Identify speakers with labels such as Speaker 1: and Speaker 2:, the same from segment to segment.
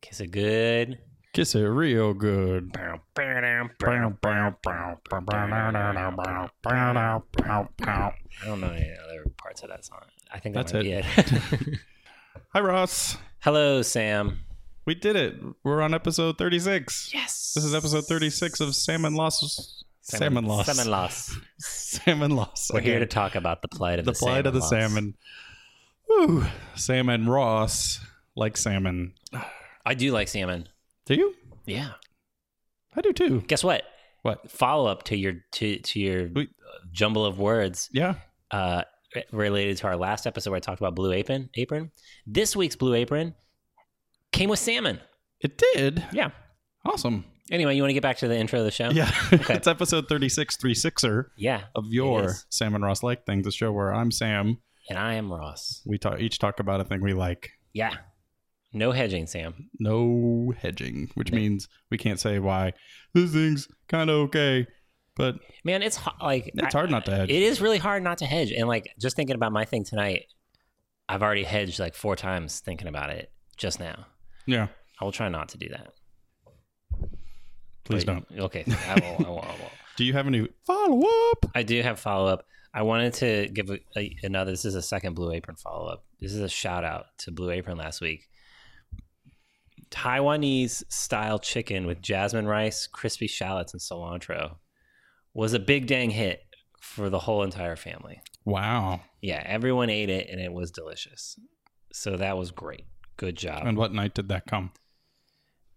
Speaker 1: Kiss it good.
Speaker 2: Kiss it real good.
Speaker 1: I don't know any other parts of that song. I think that
Speaker 2: That's
Speaker 1: might
Speaker 2: it.
Speaker 1: be it.
Speaker 2: Hi, Ross.
Speaker 1: Hello, Sam.
Speaker 2: We did it. We're on episode 36.
Speaker 1: Yes.
Speaker 2: This is episode 36 of Salmon Loss. Salmon, Loss.
Speaker 1: Salmon loss.
Speaker 2: Salmon Loss.
Speaker 1: We're here to
Speaker 2: Again,
Speaker 1: talk about the plight of
Speaker 2: the
Speaker 1: the,
Speaker 2: plight
Speaker 1: salmon
Speaker 2: of the
Speaker 1: loss.
Speaker 2: salmon. Woo. Salmon Ross like salmon.
Speaker 1: I do like salmon.
Speaker 2: Do you?
Speaker 1: Yeah.
Speaker 2: I do too.
Speaker 1: Guess what?
Speaker 2: What?
Speaker 1: Follow up to your to to your
Speaker 2: We-
Speaker 1: jumble of words.
Speaker 2: Yeah.
Speaker 1: uh, related to our last episode where I talked about Blue Apron. Apron. This week's Blue Apron came with salmon.
Speaker 2: It did.
Speaker 1: Yeah.
Speaker 2: Awesome.
Speaker 1: Anyway, you want to get back to the intro of the show?
Speaker 2: Yeah. it's episode 36, 36er
Speaker 1: Yeah.
Speaker 2: of your
Speaker 1: is.
Speaker 2: Salmon Ross like thing, the show where I'm Sam.
Speaker 1: And I am Ross.
Speaker 2: We talk, each talk about a thing we like.
Speaker 1: Yeah. No hedging, Sam.
Speaker 2: no hedging, which means we can't say why this thing's kind of okay, but
Speaker 1: Man, it's ho- like
Speaker 2: it's
Speaker 1: I-
Speaker 2: hard not to hedge.
Speaker 1: It is really hard not to hedge. And like just thinking about my thing tonight, I've already hedged like four times thinking about it just now.
Speaker 2: yeah,
Speaker 1: I will try not to do that.
Speaker 2: please
Speaker 1: But-
Speaker 2: don't.
Speaker 1: Okay. I will. I will. I will.
Speaker 2: Do you have any follow up?
Speaker 1: I do have follow up. I wanted to give a, a, another. This is a second Blue Apron follow up. This is a shout out to Blue Apron last week. Taiwanese style chicken with jasmine rice, crispy shallots, and cilantro was a big dang hit for the whole entire family.
Speaker 2: Wow.
Speaker 1: Yeah, everyone ate it and it was delicious. So that was great. Good job.
Speaker 2: And what night did that come?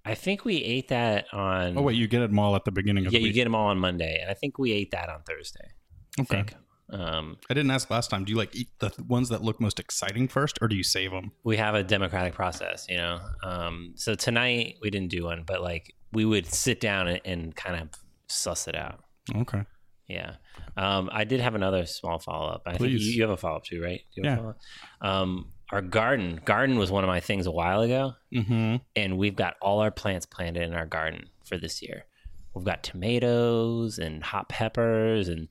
Speaker 1: I think we ate that on.
Speaker 2: Oh wait, you get them all at the beginning of
Speaker 1: yeah,
Speaker 2: the
Speaker 1: you
Speaker 2: week.
Speaker 1: get them all on Monday, and I think we ate that on Thursday. I
Speaker 2: okay.
Speaker 1: think. Um,
Speaker 2: I didn't ask last time. Do you like eat the th- ones that look most exciting first, or do you save them?
Speaker 1: we have a democratic process, you know. Um, so tonight we didn't do one, but like we would sit down and, and kind of suss it out.
Speaker 2: Okay.
Speaker 1: Yeah. Um, I did have another small follow up. I think you,
Speaker 2: Please.
Speaker 1: you have a follow up too, right? Do you have a
Speaker 2: Yeah.
Speaker 1: follow-up? Um, our garden garden was one of my things a while ago,
Speaker 2: Mm-hmm.
Speaker 1: and we've got all our plants planted in our garden for this year. We've got tomatoes and hot peppers and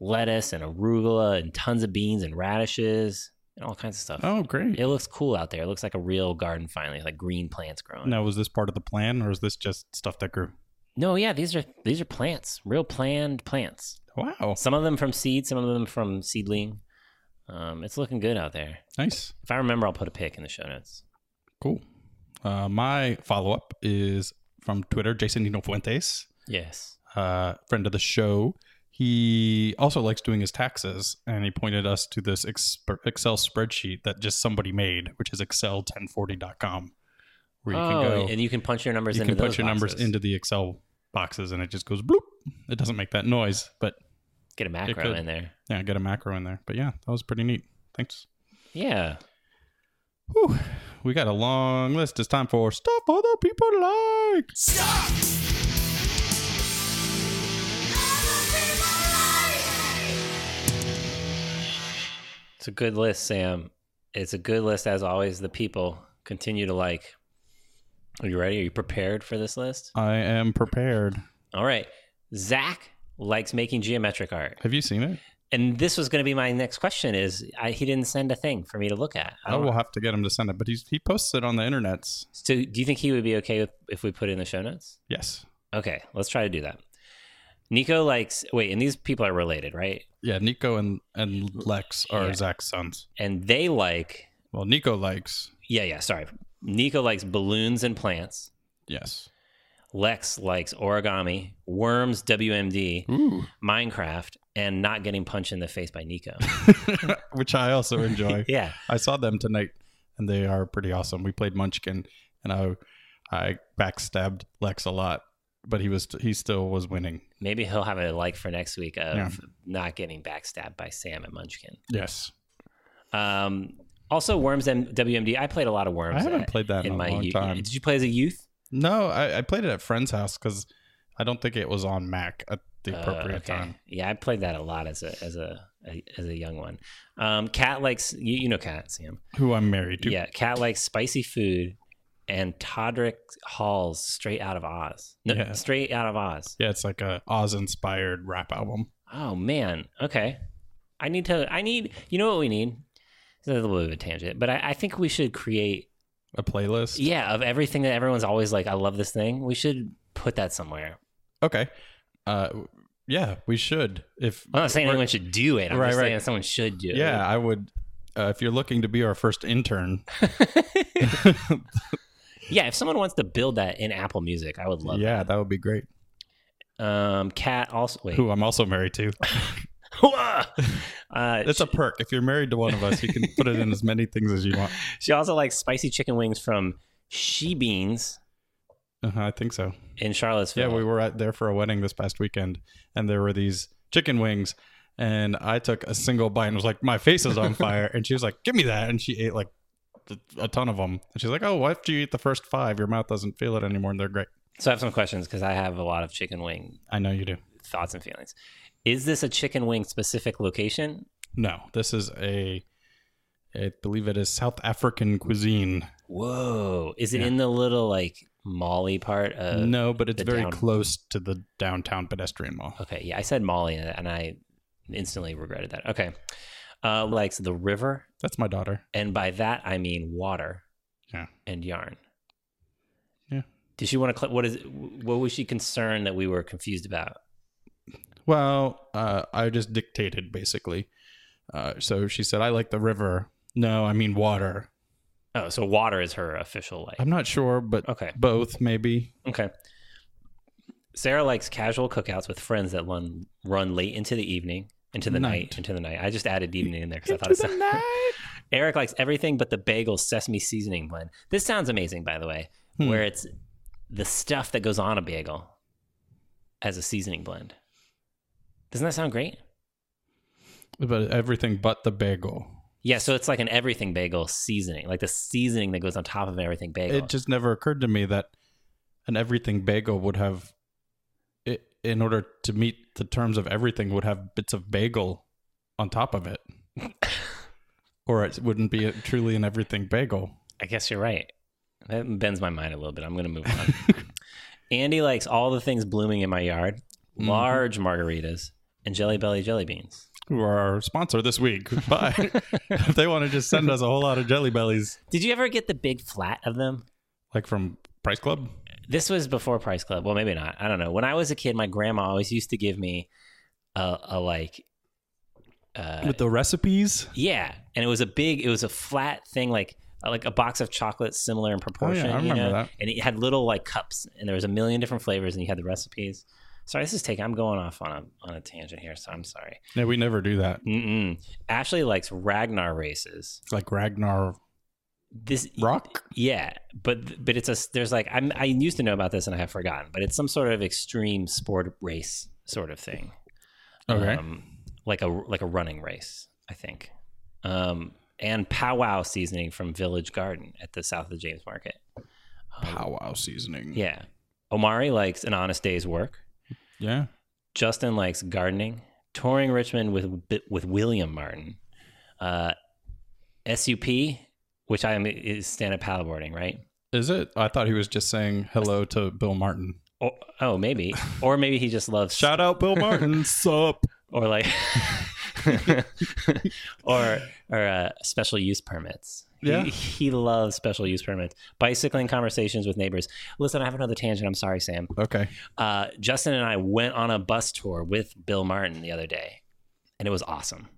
Speaker 1: lettuce and arugula and tons of beans and radishes and all kinds of stuff.
Speaker 2: Oh great.
Speaker 1: It looks cool out there. It looks like a real garden finally, like green plants growing.
Speaker 2: Now was this part of the plan, or is this just stuff that grew?
Speaker 1: No, yeah, these are these are plants, real planned plants.
Speaker 2: Wow.
Speaker 1: Some of them from seed, some of them from seedling. Um, it's looking good out there.
Speaker 2: Nice.
Speaker 1: If I remember, I'll put a pic in the show notes.
Speaker 2: Cool. Uh, my follow up is from Twitter, Jason Nino Fuentes.
Speaker 1: Yes.
Speaker 2: uh, friend of the show. He also likes doing his taxes, and he pointed us to this exp- Excel spreadsheet that just somebody made, which is Excel1040.com, where you
Speaker 1: oh,
Speaker 2: can go
Speaker 1: and you can punch your numbers
Speaker 2: you
Speaker 1: into
Speaker 2: can put
Speaker 1: those
Speaker 2: your numbers
Speaker 1: boxes.
Speaker 2: into the Excel boxes, and it just goes bloop. It doesn't make that noise, but
Speaker 1: get a macro
Speaker 2: could.
Speaker 1: in there.
Speaker 2: yeah, get a macro in there. But yeah, that was pretty neat. Thanks.
Speaker 1: Yeah.
Speaker 2: Whew. We got a long list. It's time for stuff other people like.
Speaker 1: It's a good list, Sam. It's a good list as always. The people continue to like. Are you ready? Are you prepared for this list?
Speaker 2: I am prepared.
Speaker 1: All right. Zach likes making geometric art.
Speaker 2: Have you seen it?
Speaker 1: And this was going to be my next question is I, he didn't send a thing for me to look at. I
Speaker 2: I
Speaker 1: don't-
Speaker 2: will have to get him to send it, but he's, he posts it on the internets.
Speaker 1: So do you think he would be okay with, if we put it in the show notes?
Speaker 2: Yes.
Speaker 1: Okay, let's try to do that. Nico likes wait, and these people are related, right?
Speaker 2: Yeah, Nico and and Lex are
Speaker 1: Yeah.
Speaker 2: Zach's sons.
Speaker 1: And they like
Speaker 2: Well, Nico likes
Speaker 1: yeah, yeah, sorry. Nico likes balloons and plants.
Speaker 2: yes.
Speaker 1: Lex likes origami, worms, WMD,
Speaker 2: Ooh,
Speaker 1: Minecraft, and not getting punched in the face by Nico.
Speaker 2: which I also enjoy.
Speaker 1: yeah.
Speaker 2: I saw them tonight, and they are pretty awesome. We played Munchkin, and I I backstabbed Lex a lot, but he was he still was winning.
Speaker 1: Maybe he'll have a like for next week of
Speaker 2: Yeah.
Speaker 1: not getting backstabbed by Sam at Munchkin.
Speaker 2: Yes,
Speaker 1: Um, also, Worms and WMD. I played a lot of Worms.
Speaker 2: I haven't
Speaker 1: at-
Speaker 2: played that in, a long
Speaker 1: youth.
Speaker 2: time.
Speaker 1: Did you play as a youth?
Speaker 2: No, I, I played it at friend's house because I don't think it was on Mac at the
Speaker 1: Uh,
Speaker 2: appropriate
Speaker 1: okay.
Speaker 2: time.
Speaker 1: Yeah, I played that a lot as a as a, as a young one. Um, Cat likes you, you know Cat Sam.
Speaker 2: Who I'm married to.
Speaker 1: Yeah, Cat likes spicy food and Todrick Hall's Straight Out of Oz. No,
Speaker 2: Yeah.
Speaker 1: Straight Out of Oz.
Speaker 2: Yeah, it's like a Oz inspired rap album.
Speaker 1: Oh man. Okay. I need to. I need. You know what we need? This is a little bit of a tangent, but I, I think we should create
Speaker 2: a playlist.
Speaker 1: Yeah, of everything that everyone's always like, I love this thing. We should put that somewhere.
Speaker 2: Okay. Uh, yeah, we should. If
Speaker 1: I'm not saying
Speaker 2: We're-
Speaker 1: anyone should do it. I'm
Speaker 2: Right,
Speaker 1: just
Speaker 2: right.
Speaker 1: saying someone should do it.
Speaker 2: yeah, I would. Uh, if you're looking to be our first intern,
Speaker 1: yeah. If someone wants to build that in Apple Music, I would love.
Speaker 2: yeah, that would be great.
Speaker 1: That. Um, Cat also wait.
Speaker 2: Who I'm also married to.
Speaker 1: Hooah! uh,
Speaker 2: It's a perk. If you're married to one of us, you can put it in as many things as you want.
Speaker 1: she also likes spicy chicken wings from She Beans
Speaker 2: Uh-huh, I think so.
Speaker 1: in Charlottesville.
Speaker 2: Yeah, we were out there for a wedding this past weekend, and there were these chicken wings, and I took a single bite and was like, "My face is on fire," and she was like, "Give me that," and she ate like th- a ton of them. And she's like, "Oh, well, after you eat the first five, your mouth doesn't feel it anymore, and they're great."
Speaker 1: So I have some questions because I have a lot of chicken wing
Speaker 2: I know you do.
Speaker 1: thoughts and feelings. Is this a chicken wing specific location?
Speaker 2: No, this is a, I believe it is South African cuisine.
Speaker 1: Whoa! Is it
Speaker 2: Yeah.
Speaker 1: in the little like Molly part of?
Speaker 2: no, but it's
Speaker 1: Uh, the
Speaker 2: very
Speaker 1: down- Uh.
Speaker 2: close to the downtown pedestrian mall.
Speaker 1: Okay, yeah, I said Molly and I instantly regretted that. Okay, uh, likes the river,
Speaker 2: That's my daughter.
Speaker 1: and by that I mean water.
Speaker 2: Yeah.
Speaker 1: And yarn.
Speaker 2: Yeah.
Speaker 1: Did she want to? Cl- what is? What was she concerned that we were confused about?
Speaker 2: Well, uh, I just dictated basically. Uh, so she said, "I like the river." No, I mean water.
Speaker 1: Oh, so water is her official like.
Speaker 2: I'm not sure, but
Speaker 1: Okay.
Speaker 2: both maybe.
Speaker 1: Okay. Sarah likes casual cookouts with friends that run run late into the evening, into the night,
Speaker 2: Night.
Speaker 1: into the night. I just added evening in there because I thought it sounded. Eric likes everything but the bagel sesame seasoning blend. This sounds amazing, by the way,
Speaker 2: Hmm.
Speaker 1: where it's the stuff that goes on a bagel as a seasoning blend. Doesn't that sound great?
Speaker 2: but everything but the bagel.
Speaker 1: Yeah, so it's like an everything bagel seasoning, like the seasoning that goes on top of an everything bagel.
Speaker 2: It just never occurred to me that an everything bagel would have, i in order to meet the terms of everything, would have bits of bagel on top of it, or it wouldn't be a, truly an everything bagel.
Speaker 1: I guess you're right. That bends my mind a little bit. I'm going to move on. Andy likes all the things blooming in my yard,
Speaker 2: Mhm.
Speaker 1: large margaritas and jelly belly jelly beans.
Speaker 2: Who are our sponsor this week? Bye. if they want to just send us a whole lot of jelly bellies,
Speaker 1: Did you ever get the big flat of them?
Speaker 2: like from Price Club.
Speaker 1: This was before Price Club. Well, maybe not. I don't know. When I was a kid, my grandma always used to give me a, a like, uh,
Speaker 2: with the recipes.
Speaker 1: yeah, and it was a big, it was a flat thing like like a box of chocolates similar in proportion.
Speaker 2: Oh, I
Speaker 1: you
Speaker 2: remember
Speaker 1: know?
Speaker 2: that.
Speaker 1: And it had little like cups, and there was a million different flavors, and you had the recipes. Sorry, this is taking. I'm going off on a on a tangent here, so I'm sorry.
Speaker 2: Yeah, we never do that.
Speaker 1: Mm-mm. Ashley likes Ragnar races.
Speaker 2: It's like Ragnar
Speaker 1: This
Speaker 2: Rock.
Speaker 1: yeah, but but it's a there's like I'm I used to know about this and I have forgotten, but it's some sort of extreme sport race sort of thing.
Speaker 2: Okay.
Speaker 1: Um, like a like a running race, I think. Um, and powwow seasoning from Village Garden at the south of the James Market. Um,
Speaker 2: Powwow seasoning.
Speaker 1: yeah. Omari likes an honest day's work.
Speaker 2: Yeah.
Speaker 1: Justin likes gardening, touring Richmond with with William Martin, uh, SUP, which I am is stand up paddleboarding, right?
Speaker 2: Is it? I thought he was just saying hello to Bill Martin.
Speaker 1: Or, oh, maybe, or maybe he just loves
Speaker 2: Shout out Bill Martin. Sup.
Speaker 1: or like, or or uh, special use permits. He-
Speaker 2: Yeah.
Speaker 1: He, loves special use permits. Bicycling conversations with neighbors. Listen, I have another tangent. I'm sorry, Sam.
Speaker 2: Okay.
Speaker 1: Uh, Justin and I went on a bus tour with Bill Martin the other day, and it was awesome.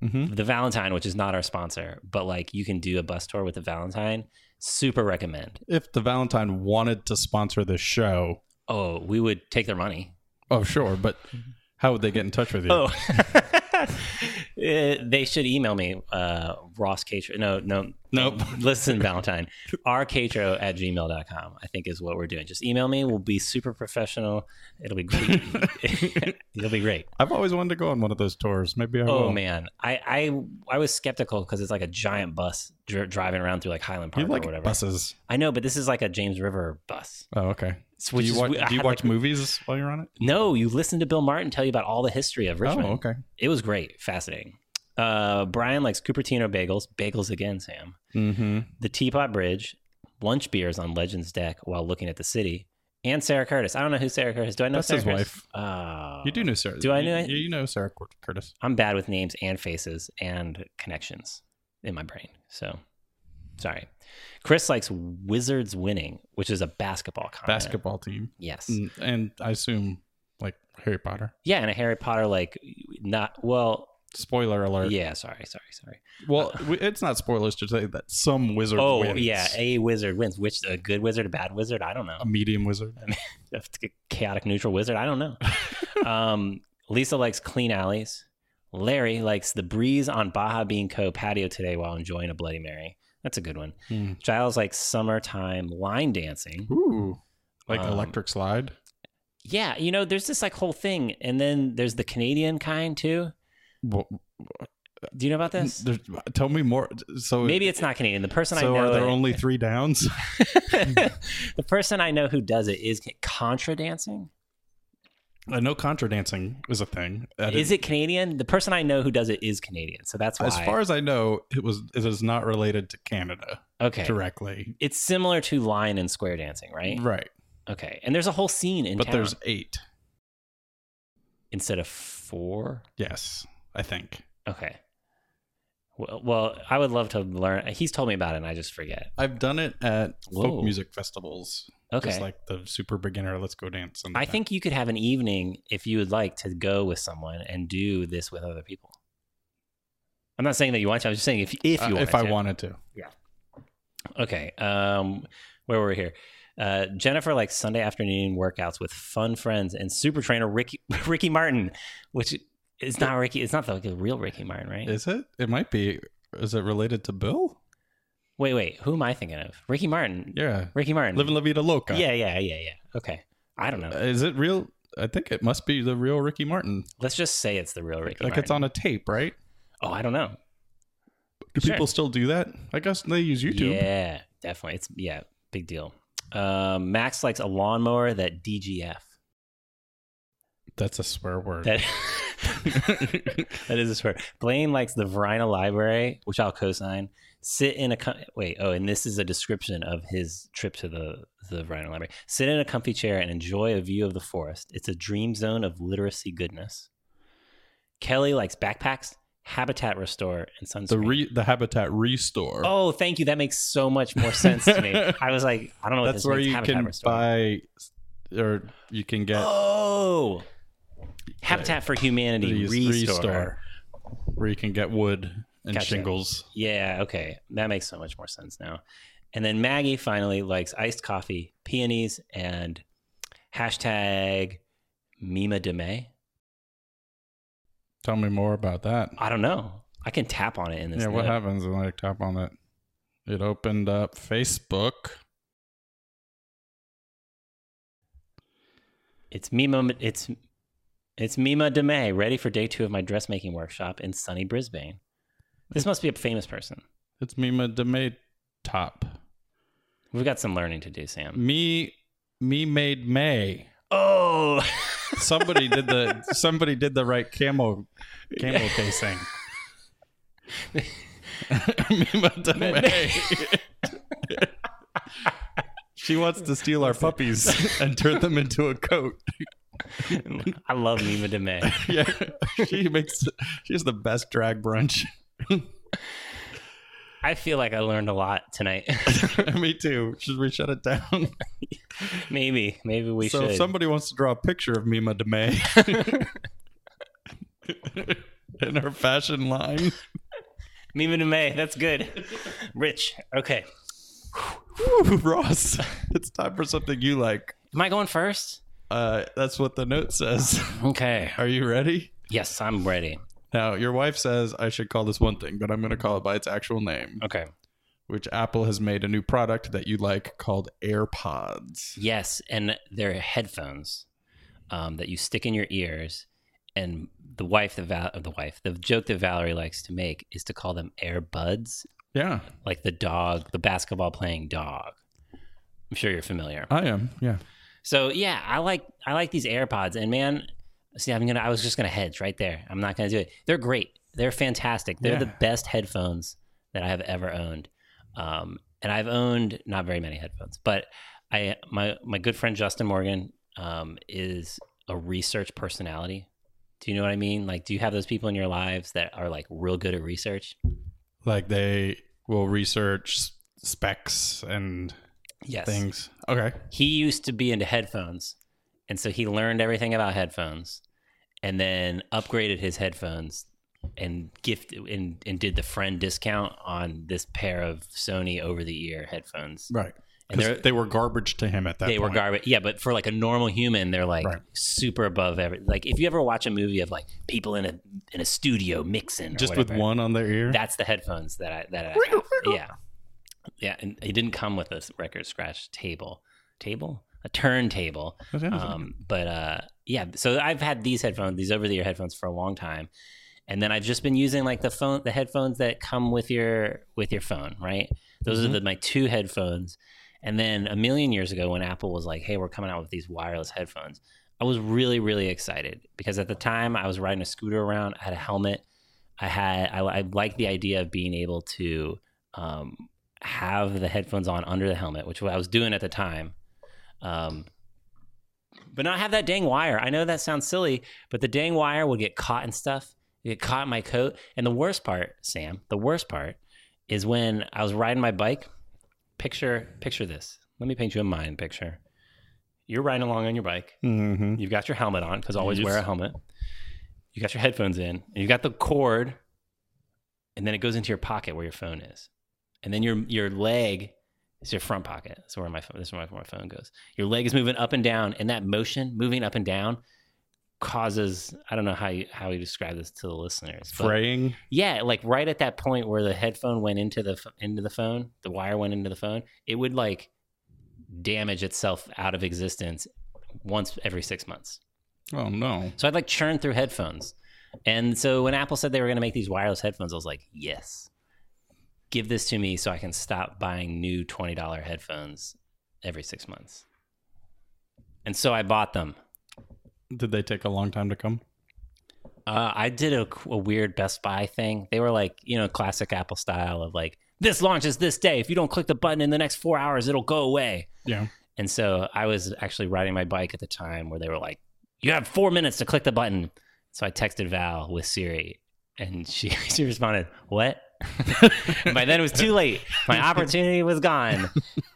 Speaker 2: hmm
Speaker 1: the Valentine, which is not our sponsor, but like you can do a bus tour with the Valentine. Super recommend.
Speaker 2: If the Valentine wanted to sponsor this show,
Speaker 1: Oh, we would take their money.
Speaker 2: oh sure, but how would they get in touch with you?
Speaker 1: Oh, Eh, they should email me, uh, Ross Catro. No, no,
Speaker 2: Nope.
Speaker 1: Listen, Valentine, rcatro at gmail.com, I think is what we're doing. Just email me. We'll be super professional. It'll be great. It'll be great.
Speaker 2: I've always wanted to go on one of those tours. Maybe I
Speaker 1: Oh
Speaker 2: will.
Speaker 1: man, I I, I was skeptical because it's like a giant bus dri- driving around through like Highland
Speaker 2: You
Speaker 1: Park
Speaker 2: like
Speaker 1: or whatever.
Speaker 2: buses?
Speaker 1: I know, but this is like a James River bus.
Speaker 2: Oh, okay.
Speaker 1: So
Speaker 2: Do
Speaker 1: which
Speaker 2: you,
Speaker 1: is
Speaker 2: watch,
Speaker 1: we- I
Speaker 2: do you
Speaker 1: had,
Speaker 2: watch
Speaker 1: like-
Speaker 2: movies while you're on it?
Speaker 1: no, you listen to Bill Martin tell you about all the history of Richmond.
Speaker 2: Oh, okay.
Speaker 1: It was great, fascinating. Uh, Brian likes Cupertino bagels, bagels again, Sam.
Speaker 2: Mm-hmm.
Speaker 1: The Teapot Bridge, lunch beers on Legends deck while looking at the city, and Sarah Curtis. I don't know who Sarah Curtis. Do I know
Speaker 2: That's
Speaker 1: Sarah
Speaker 2: his
Speaker 1: Curtis?
Speaker 2: wife.
Speaker 1: Oh,
Speaker 2: You do know Sarah.
Speaker 1: Do I know-
Speaker 2: You, you know Sarah Cur- Curtis.
Speaker 1: I'm bad with names and faces and connections in my brain. So Sorry. Chris likes Wizards winning, which is a basketball comment.
Speaker 2: Basketball team.
Speaker 1: Yes.
Speaker 2: And, and I assume like Harry Potter.
Speaker 1: Yeah, and a Harry Potter like not well.
Speaker 2: Spoiler alert.
Speaker 1: Yeah, sorry, sorry, sorry.
Speaker 2: Well, we- it's not spoilers to say that some wizard
Speaker 1: Oh
Speaker 2: wins.
Speaker 1: yeah, a wizard wins. Which a good wizard, a bad wizard? I don't know.
Speaker 2: A medium wizard.
Speaker 1: a chaotic neutral wizard. I don't know. um, Lisa likes clean alleys. Larry likes the breeze on Baja Bean Co. patio today while enjoying a Bloody Mary. That's a good one.
Speaker 2: Hmm.
Speaker 1: Giles likes summertime line dancing.
Speaker 2: Ooh. Like
Speaker 1: Um,
Speaker 2: electric slide.
Speaker 1: Yeah, you know, there's this like whole thing, and then there's the Canadian kind too.
Speaker 2: Well,
Speaker 1: Do you know about this?
Speaker 2: there's- tell me more. So
Speaker 1: Maybe it's not Canadian. The person
Speaker 2: so
Speaker 1: I know
Speaker 2: are there
Speaker 1: it-
Speaker 2: only three downs?
Speaker 1: the person I know who does it is contra dancing.
Speaker 2: I know contra dancing is a thing. That
Speaker 1: Is it Canadian? The person I know who does it is Canadian, so that's why.
Speaker 2: As far as I know, it was it is not related to Canada
Speaker 1: okay,
Speaker 2: directly.
Speaker 1: it's similar to line and square dancing, right?
Speaker 2: Right.
Speaker 1: Okay, and there's a whole scene in
Speaker 2: But
Speaker 1: town
Speaker 2: there's eight.
Speaker 1: instead of four.
Speaker 2: Yes, I think.
Speaker 1: Okay. Well, well, I would love to learn. He's told me about it, and I just forget.
Speaker 2: I've done it at
Speaker 1: Whoa.
Speaker 2: folk music festivals.
Speaker 1: Okay.
Speaker 2: Just like the super beginner, let's go dance. And
Speaker 1: I think you could have an evening if you would like to go with someone and do this with other people. I'm not saying that you want to. I'm just saying if if you
Speaker 2: Uh,
Speaker 1: want
Speaker 2: if I
Speaker 1: to.
Speaker 2: wanted to.
Speaker 1: Okay. Um, where were we here? Uh, Jennifer likes Sunday afternoon workouts with fun friends and super trainer Ricky Ricky Martin, which is not Ricky. It's not the, the real Ricky Martin, right?
Speaker 2: Is it? It might be. Is it related to Bill?
Speaker 1: wait, wait. Who am I thinking of? Ricky Martin.
Speaker 2: Yeah.
Speaker 1: Ricky Martin.
Speaker 2: Living Uh, La Vida Loca.
Speaker 1: yeah, yeah, yeah, yeah. Okay. I don't know.
Speaker 2: Is it real? I think it must be the real Ricky Martin.
Speaker 1: Let's just say it's the real Oh, Ricky.
Speaker 2: like
Speaker 1: Martin.
Speaker 2: it's on a tape, right?
Speaker 1: Oh, I don't know.
Speaker 2: Do
Speaker 1: Sure.
Speaker 2: people still do that? I guess they use YouTube.
Speaker 1: Yeah, definitely. It's yeah, big deal. Um, Max likes a lawnmower that DGF.
Speaker 2: That's a swear word.
Speaker 1: That that is a swear. Blaine likes the Verina Library, which I'll co-sign. Sit in a com- wait. Oh, and this is a description of his trip to the the Verina Library. Sit in a comfy chair and enjoy a view of the forest. It's a dream zone of literacy goodness. Kelly likes backpacks, habitat restore, and sunscreen.
Speaker 2: the re, the habitat restore.
Speaker 1: oh, thank you. That makes so much more sense to me. I was like, I don't know what
Speaker 2: That's
Speaker 1: this
Speaker 2: where
Speaker 1: means.
Speaker 2: you
Speaker 1: oh, habitat
Speaker 2: can
Speaker 1: restore.
Speaker 2: buy, or you can get
Speaker 1: Oh, Habitat for Humanity
Speaker 2: these
Speaker 1: restore.
Speaker 2: restore, where you can get wood and
Speaker 1: Gotcha.
Speaker 2: shingles.
Speaker 1: Yeah, okay, that makes so much more sense now. And then Maggie finally likes iced coffee, peonies, and hashtag Mima de May.
Speaker 2: Tell me more about that.
Speaker 1: I don't know. I can tap on it in this.
Speaker 2: Yeah, what
Speaker 1: note.
Speaker 2: happens when I tap on it? It opened up Facebook.
Speaker 1: It's Mima. It's it's Mima de May. Ready for day two of my dressmaking workshop in sunny Brisbane. This must be a famous person.
Speaker 2: It's Mima de May top.
Speaker 1: We've got some learning to do, Sam.
Speaker 2: Me me made May.
Speaker 1: Oh,
Speaker 2: Somebody did the somebody did the right camel camel casing. Mima de May. she wants to steal our puppies and turn them into a coat.
Speaker 1: I love Mima de May.
Speaker 2: Yeah, she makes she's the best drag brunch.
Speaker 1: I feel like I learned a lot tonight.
Speaker 2: Me too. Should we shut it down?
Speaker 1: maybe, maybe we
Speaker 2: so
Speaker 1: should.
Speaker 2: if somebody wants to draw a picture of Mima de May in her fashion line,
Speaker 1: Mima de May, that's good. Rich, okay.
Speaker 2: whew, Ross, it's time for something you like.
Speaker 1: Am I going first?
Speaker 2: Uh, that's what the note says.
Speaker 1: Okay.
Speaker 2: Are you ready?
Speaker 1: Yes, I'm ready.
Speaker 2: Now, your wife says I should call this one thing, but I'm going to call it by its actual name,
Speaker 1: Okay.
Speaker 2: which Apple has made a new product that you like called AirPods.
Speaker 1: Yes, and they're headphones um, that you stick in your ears. And the wife, the Val- uh, the wife, the joke that Valerie likes to make is to call them Airbuds,
Speaker 2: Yeah,
Speaker 1: like the dog, the basketball playing dog. I'm sure you're familiar.
Speaker 2: I am. Yeah.
Speaker 1: So yeah, I like I like these AirPods, and man, see, I'm gonna I was just gonna hedge right there. I'm not gonna do it. They're great. They're fantastic. They're
Speaker 2: Yeah.
Speaker 1: the best headphones that I have ever owned. Um, and I've owned not very many headphones, but I my my good friend Justin Morgan um, is a research personality. Do you know what I mean? Like, do you have those people in your lives that are like real good at research?
Speaker 2: like they will research specs and
Speaker 1: Yes.
Speaker 2: things. Okay.
Speaker 1: He used to be into headphones. And so he learned everything about headphones and then upgraded his headphones and gift and, and did the friend discount on this pair of Sony over the ear headphones.
Speaker 2: Right.
Speaker 1: And they're-
Speaker 2: they were garbage to him at that
Speaker 1: they
Speaker 2: point.
Speaker 1: were garbage. Yeah, but for like a normal human, they're like
Speaker 2: Right.
Speaker 1: super above every. Like if you ever watch a movie of like people in a in a studio mixing, or
Speaker 2: Just with
Speaker 1: whatever,
Speaker 2: one on their ear.
Speaker 1: That's the headphones that I that I have. yeah, yeah. And it didn't come with a s- record scratch table, table, a turntable.
Speaker 2: Okay.
Speaker 1: Um, but uh, yeah, so I've had these headphones, these over the ear headphones for a long time. And then I've just been using like the phone, the headphones that come with your with your phone, right? Those are
Speaker 2: Mhm.
Speaker 1: the, my two headphones. And then a million years ago, when Apple was like, "Hey, we're coming out with these wireless headphones," I was really, really excited because at the time I was riding a scooter around. I had a helmet. I had I, I liked the idea of being able to um, have the headphones on under the helmet, which what I was doing at the time. Um, but not have that dang wire. I know that sounds silly, but the dang wire would get caught in stuff. It get caught in my coat. And the worst part, Sam, the worst part is when I was riding my bike. Picture picture this. Let me paint you a mind picture. You're riding along on your bike.
Speaker 2: hmm
Speaker 1: You've got your helmet on because always
Speaker 2: Yes.
Speaker 1: wear a helmet. You got your headphones in. And you've got the cord, and then it goes into your pocket where your phone is, and then your your leg is your front pocket. That's where my phone. This is where my, where my phone goes. Your leg is moving up and down, and that motion, moving up and down, causes I don't know how you how you describe this to the listeners. but-
Speaker 2: Fraying.
Speaker 1: yeah, like right at that point where the headphone went into the ph- into the phone, the wire went into the phone, it would like damage itself out of existence once every 6 months.
Speaker 2: Oh no.
Speaker 1: So I'd like churn through headphones. And so when Apple said they were going to make these wireless headphones, I was like, "Yes. Give this to me so I can stop buying new $20 headphones every 6 months." And so I bought them.
Speaker 2: Did they take a long time to come?
Speaker 1: Uh, I did a, a weird Best Buy thing. They were like, you know, classic Apple style of like, this launches this day. If you don't click the button in the next four hours, it'll go away.
Speaker 2: Yeah.
Speaker 1: And so I was actually riding my bike at the time where they were like, you have four minutes to click the button. So I texted Val with Siri and she, she responded, what? By then it was too late. My opportunity was gone.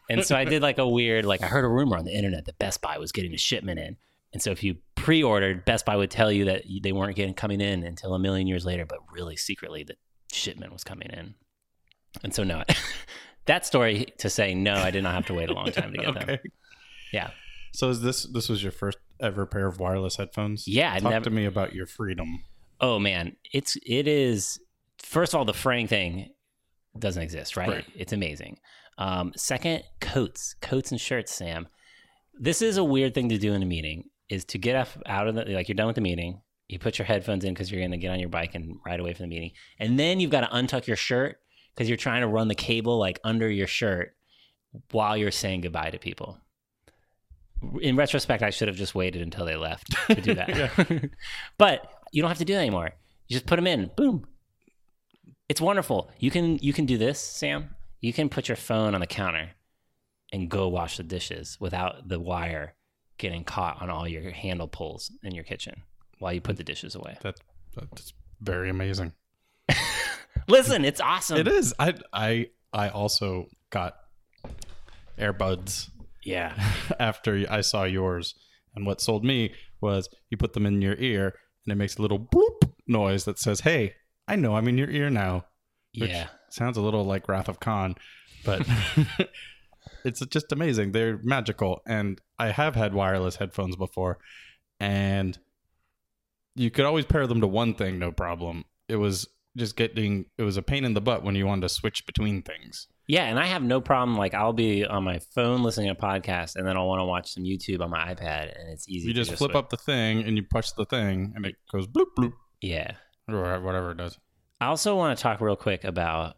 Speaker 1: And so I did like a weird, like I heard a rumor on the internet that Best Buy was getting a shipment in. And so if you pre-ordered, Best Buy would tell you that they weren't getting coming in until a million years later, but really secretly the shipment was coming in. And so no, that story to say no, I did not have to wait a long time to get them.
Speaker 2: okay.
Speaker 1: Yeah.
Speaker 2: So is this this was your first ever pair of wireless headphones?
Speaker 1: Yeah, I
Speaker 2: Talk
Speaker 1: never.
Speaker 2: to me about your freedom.
Speaker 1: oh man, it's it is. First of all, the fraying thing doesn't exist, right?
Speaker 2: Right.
Speaker 1: It's amazing. Um, second, coats, coats and shirts, Sam. This is a weird thing to do in a meeting. Is to get up out of the like you're done with the meeting. You put your headphones in because you're going to get on your bike and ride away from the meeting, and then you've got to untuck your shirt because you're trying to run the cable like under your shirt while you're saying goodbye to people. In retrospect, I should have just waited until they left to do that. but you don't have to do that anymore. You just put them in. Boom. It's wonderful. You can you can do this, Sam. You can put your phone on the counter and go wash the dishes without the wire getting caught on all your handle pulls in your kitchen while you put the dishes away.
Speaker 2: That's very amazing.
Speaker 1: Listen, it's awesome.
Speaker 2: It is. I I I also got AirBuds
Speaker 1: Yeah.
Speaker 2: after I saw yours, and what sold me was you put them in your ear and it makes a little bloop noise that says, "Hey, I know I'm in your ear now." Which
Speaker 1: Yeah.
Speaker 2: Sounds a little like Wrath of Khan, but it's just amazing. They're magical. And I have had wireless headphones before, and you could always pair them to one thing, no problem. It was just getting, it was a pain in the butt when you wanted to switch between things.
Speaker 1: Yeah, and I have no problem. Like I'll be on my phone listening to a podcast, and then I'll want to watch some YouTube on my iPad, and it's easy.
Speaker 2: You
Speaker 1: to
Speaker 2: just flip
Speaker 1: switch.
Speaker 2: up the thing and you push the thing, and it goes bloop, bloop,
Speaker 1: Yeah,
Speaker 2: or whatever it does.
Speaker 1: I also want to talk real quick about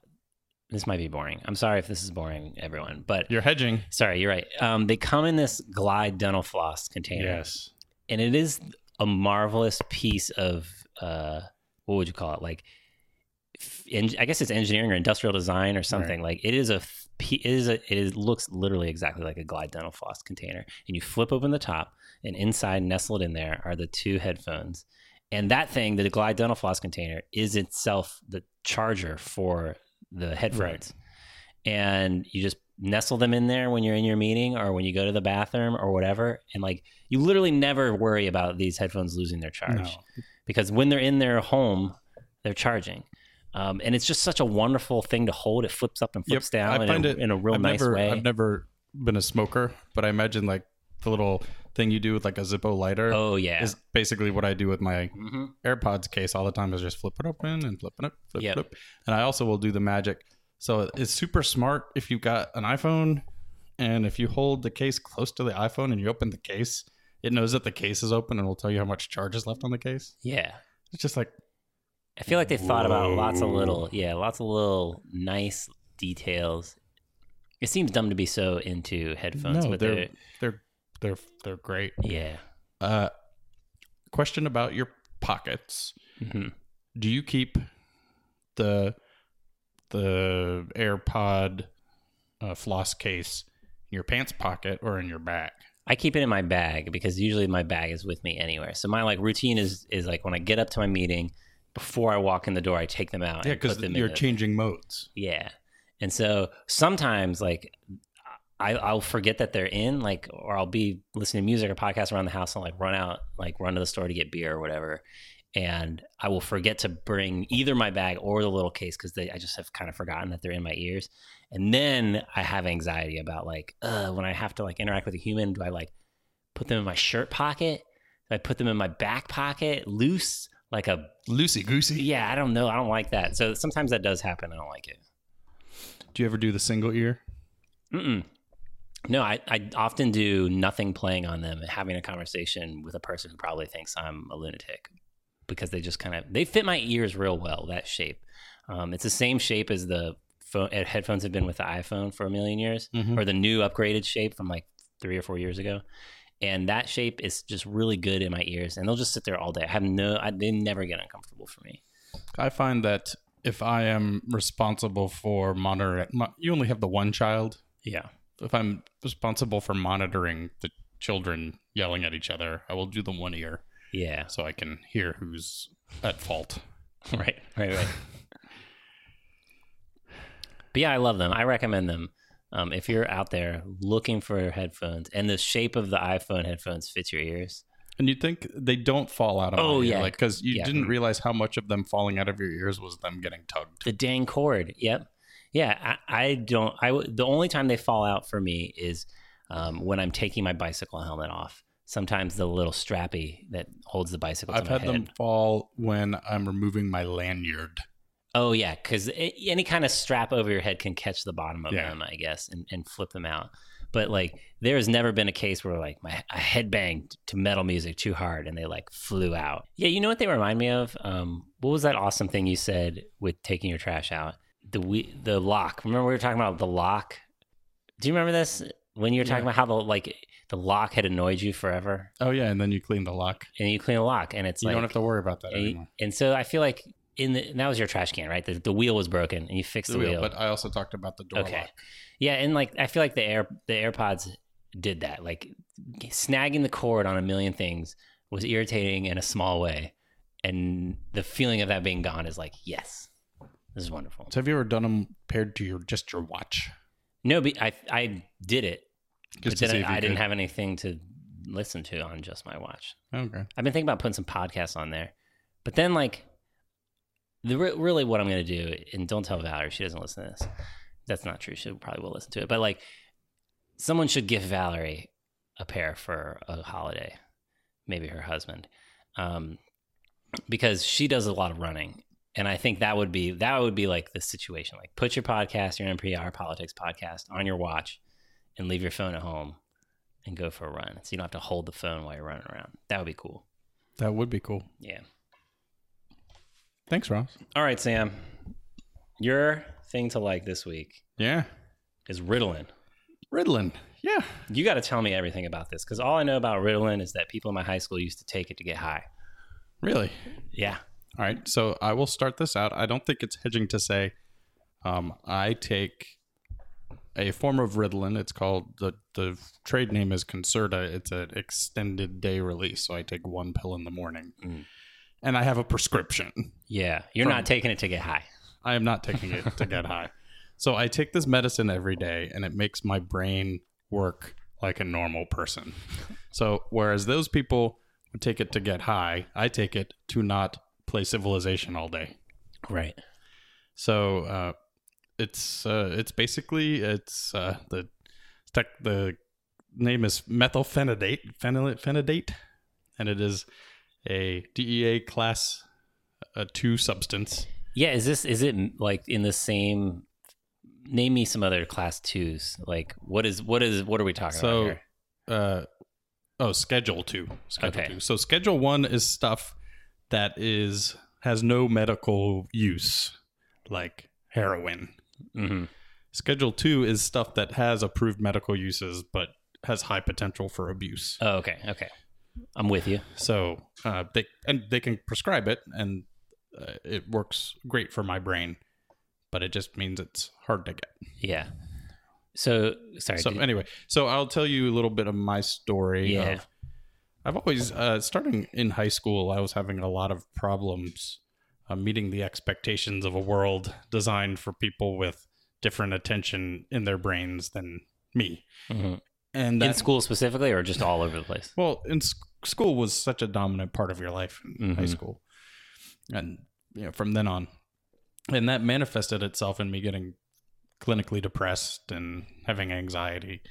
Speaker 1: this might be boring. I'm sorry if this is boring, everyone, but
Speaker 2: You're hedging.
Speaker 1: sorry, you're right. Um, they come in this Glide dental floss container,
Speaker 2: Yes.
Speaker 1: and it is a marvelous piece of uh, what would you call it? Like, f- en- I guess it's engineering or industrial design or something. Like, it is a f- p- it is a it is, looks literally exactly like a Glide dental floss container, and you flip open the top, and inside, nestled in there, are the two headphones. And that thing, the Glide dental floss container, is itself the charger for the headphones. and you just nestle them in there when you're in your meeting or when you go to the bathroom or whatever. And like you literally never worry about these headphones losing their charge
Speaker 2: No.
Speaker 1: because when they're in their home, they're charging. Um, and it's just such a wonderful thing to hold. It flips up and
Speaker 2: Yep.
Speaker 1: flips down
Speaker 2: I
Speaker 1: in,
Speaker 2: find
Speaker 1: a,
Speaker 2: it-
Speaker 1: in a real
Speaker 2: I've
Speaker 1: nice
Speaker 2: never,
Speaker 1: way.
Speaker 2: I've never been a smoker, but I imagine like the little thing you do with like a Zippo lighter
Speaker 1: oh yeah.
Speaker 2: is basically what I do with my
Speaker 1: Mhm.
Speaker 2: AirPods case all the time. Is just flip it open and flip it up, flip
Speaker 1: Yep.
Speaker 2: it up. And I also will do the magic. So it's super smart if you got an iPhone, and if you hold the case close to the iPhone and you open the case, it knows that the case is open and will tell you how much charge is left on the case.
Speaker 1: Yeah.
Speaker 2: It's just like
Speaker 1: I feel like they thought about lots of
Speaker 2: Whoa.
Speaker 1: little, yeah, lots of little nice details. It seems dumb to be so into headphones,
Speaker 2: no,
Speaker 1: but
Speaker 2: they're
Speaker 1: they're,
Speaker 2: they're they're they're great.
Speaker 1: yeah.
Speaker 2: Uh, question about your pockets.
Speaker 1: hmm
Speaker 2: do you keep the the AirPod uh, floss case in your pants pocket or in your back?
Speaker 1: I keep it in my bag because usually my bag is with me anywhere. So my like routine is is like when I get up to my meeting, before I walk in the door, I take them out.
Speaker 2: Yeah,
Speaker 1: and put
Speaker 2: because
Speaker 1: them in
Speaker 2: you're
Speaker 1: the-
Speaker 2: changing modes.
Speaker 1: Yeah. And so sometimes like I, I'll forget that they're in, like, or I'll be listening to music or podcasts around the house and like run out, like run to the store to get beer or whatever. And I will forget to bring either my bag or the little case because I just have kind of forgotten that they're in my ears. And then I have anxiety about like, uh, when I have to like interact with a human, do I like put them in my shirt pocket? Do I put them in my back pocket loose? Like a,
Speaker 2: Loosey goosey.
Speaker 1: yeah, I don't know. I don't like that. So sometimes that does happen. I don't like it.
Speaker 2: Do you ever do the single ear?
Speaker 1: Mm-mm. No, I, I often do nothing playing on them and having a conversation with a person who probably thinks I'm a lunatic because they just kind of they fit my ears real well that shape. Um, it's the same shape as the phone eh, headphones have been with the iPhone for a million years
Speaker 2: Mhm.
Speaker 1: or the new upgraded shape from like three or four years ago. And that shape is just really good in my ears, and they'll just sit there all day. I have no, I, they never get uncomfortable for me.
Speaker 2: I find that if I am responsible for monitoring, mo- you only have the one child.
Speaker 1: Yeah,
Speaker 2: If I'm responsible for monitoring the children yelling at each other, I will do the one ear
Speaker 1: yeah,
Speaker 2: so I can hear who's at fault.
Speaker 1: right, right, right. But yeah, I love them. I recommend them. Um, if you're out there looking for headphones and the shape of the iPhone headphones fits your ears,
Speaker 2: And you'd think they don't fall out of
Speaker 1: Oh,
Speaker 2: my ear,
Speaker 1: yeah.
Speaker 2: like because you
Speaker 1: Yeah.
Speaker 2: didn't realize how much of them falling out of your ears was them getting tugged.
Speaker 1: the dang cord. Yep. Yeah. I, I don't, I, w- the only time they fall out for me is um, when I'm taking my bicycle helmet off. Sometimes the little strappy that holds the bicycle. To
Speaker 2: I've
Speaker 1: my
Speaker 2: had
Speaker 1: head.
Speaker 2: them fall when I'm removing my lanyard.
Speaker 1: Oh yeah, because any kind of strap over your head can catch the bottom of
Speaker 2: Yeah.
Speaker 1: them, I guess, and, and flip them out. But like, there has never been a case where like my I headbanged to metal music too hard and they like flew out. Yeah, you know what they remind me of? Um, what was that awesome thing you said with taking your trash out? The we the lock. Remember we were talking about the lock. Do you remember this when you were talking
Speaker 2: Yeah.
Speaker 1: about how the like the lock had annoyed you forever,
Speaker 2: Oh yeah, and then you clean the lock.
Speaker 1: and you clean the lock, and it's
Speaker 2: You
Speaker 1: like
Speaker 2: don't have to worry about that
Speaker 1: and,
Speaker 2: anymore.
Speaker 1: you- and so I feel like in the, and that was your trash can, right? The, the wheel was broken and you fixed the,
Speaker 2: The wheel,
Speaker 1: wheel.
Speaker 2: but I also talked about the door
Speaker 1: Okay.
Speaker 2: lock.
Speaker 1: yeah, and like I feel like the air the AirPods did that. Like snagging the cord on a million things was irritating in a small way, and the feeling of that being gone is like yes, this is wonderful.
Speaker 2: So have you ever done them paired to your just your watch?
Speaker 1: No, but I I did it,
Speaker 2: Just
Speaker 1: but then
Speaker 2: if
Speaker 1: I,
Speaker 2: you
Speaker 1: I didn't
Speaker 2: could-
Speaker 1: have anything to listen to on just my watch.
Speaker 2: Okay.
Speaker 1: I've been thinking about putting some podcasts on there, but then like, the re- really what I'm gonna do, and don't tell Valerie she doesn't listen to this. That's not true. She probably will listen to it, but like, someone should give Valerie a pair for a holiday, maybe her husband, um, because she does a lot of running, and I think that would be that would be like the situation. Like, put your podcast, your NPR politics podcast, on your watch, and leave your phone at home. And go for a run, so you don't have to hold the phone while you're running around. That would be cool.
Speaker 2: That would be cool.
Speaker 1: Yeah.
Speaker 2: Thanks, Ross.
Speaker 1: All right, Sam. Your thing to like this week
Speaker 2: Yeah.
Speaker 1: is Ritalin.
Speaker 2: Ritalin. Yeah.
Speaker 1: You got to tell me everything about this because all I know about Ritalin is that people in my high school used to take it to get high.
Speaker 2: Really.
Speaker 1: Yeah.
Speaker 2: All right, so I will start this out. I don't think it's hedging to say um, I take a form of Ritalin. It's called the the trade name is Concerta. It's an extended day release, so I take one pill in the morning,
Speaker 1: Mm.
Speaker 2: and I have a prescription.
Speaker 1: Yeah. You're
Speaker 2: From-
Speaker 1: not taking it to get high.
Speaker 2: I am not taking it to get high. So I take this medicine every day and it makes my brain work like a normal person. So whereas those people would take it to get high, I take it to not play civilization all day.
Speaker 1: Right.
Speaker 2: So uh, it's uh, it's basically it's uh, the tech, the name is methylphenidate phenyl- phenidate, and it is a DEA class uh, two substance.
Speaker 1: Yeah. Is this is it like in the same? Name me some other class twos. Like what is what is what are we talking
Speaker 2: So,
Speaker 1: about here?
Speaker 2: Uh, oh, Schedule two. Schedule
Speaker 1: Okay.
Speaker 2: two. So Schedule one is stuff that is has no medical use, like heroin.
Speaker 1: hmm
Speaker 2: Schedule two is stuff that has approved medical uses but has high potential for abuse.
Speaker 1: Oh, okay. Okay. I'm with you.
Speaker 2: So uh, they and they can prescribe it, and uh, it works great for my brain, but it just means it's hard to get.
Speaker 1: Yeah. So sorry.
Speaker 2: so
Speaker 1: did-
Speaker 2: anyway, so I'll tell you a little bit of my story.
Speaker 1: Yeah.
Speaker 2: Of, I've always uh, starting in high school, I was having a lot of problems uh, meeting the expectations of a world designed for people with different attention in their brains than me.
Speaker 1: Mhm.
Speaker 2: And
Speaker 1: in
Speaker 2: that,
Speaker 1: school specifically, or just all over the place?
Speaker 2: Well, in sc- school was such a dominant part of your life in high
Speaker 1: Mhm.
Speaker 2: school, and you know from then on, and that manifested itself in me getting clinically depressed and having anxiety,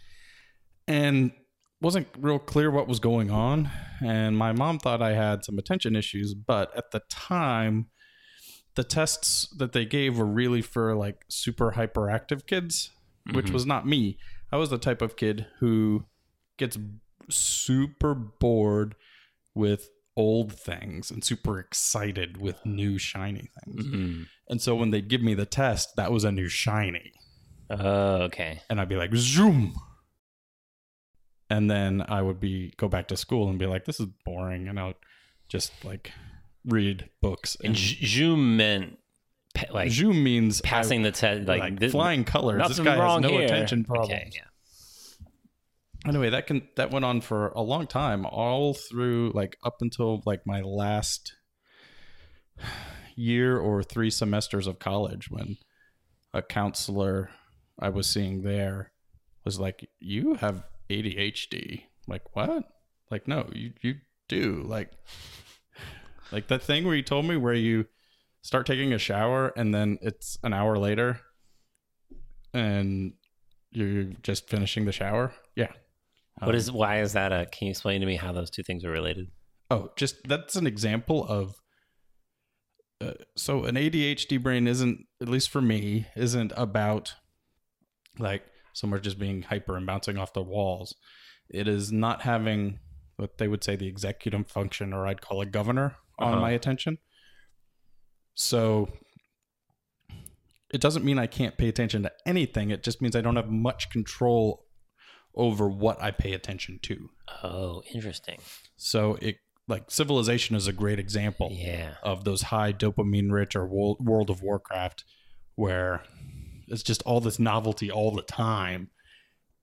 Speaker 2: and wasn't real clear what was going on. And my mom thought I had some attention issues, but at the time. The tests that they gave were really for like super hyperactive kids, which
Speaker 1: Mhm.
Speaker 2: was not me. I was the type of kid who gets super bored with old things and super excited with new shiny things.
Speaker 1: Mhm.
Speaker 2: And so when they'd give me the test, that was a new shiny.
Speaker 1: Oh, okay.
Speaker 2: And I'd be like, zoom. And then I would be go back to school and be like, this is boring. And I'll just like read books.
Speaker 1: And
Speaker 2: And
Speaker 1: z- zoom meant pe- like
Speaker 2: zoom means I-
Speaker 1: passing the test,
Speaker 2: like,
Speaker 1: like, thi-
Speaker 2: flying colors. This
Speaker 1: Nothing
Speaker 2: guy has
Speaker 1: wrong
Speaker 2: no
Speaker 1: here.
Speaker 2: attention problems.
Speaker 1: Okay, yeah.
Speaker 2: anyway that can that went on for a long time all through like up until like my last year or three semesters of college when a counselor i was seeing there was like you have adhd like what like no you you do like like that thing where you told me where you start taking a shower and then it's an hour later and you're just finishing the shower yeah
Speaker 1: What is? Why is that? A, can you explain to me how those two things are related?
Speaker 2: Oh, just that's an example of. Uh, so an ADHD brain isn't, at least for me, isn't about like somewhere just being hyper and bouncing off the walls. It is not having what they would say the executive function, or I'd call a governor, on
Speaker 1: Uh-huh.
Speaker 2: my attention. So it doesn't mean I can't pay attention to anything. It just means I don't have much control over what I pay attention to.
Speaker 1: Oh, interesting.
Speaker 2: So it like Civilization is a great example
Speaker 1: Yeah.
Speaker 2: of those high dopamine rich or Wo- World of Warcraft where it's just all this novelty all the time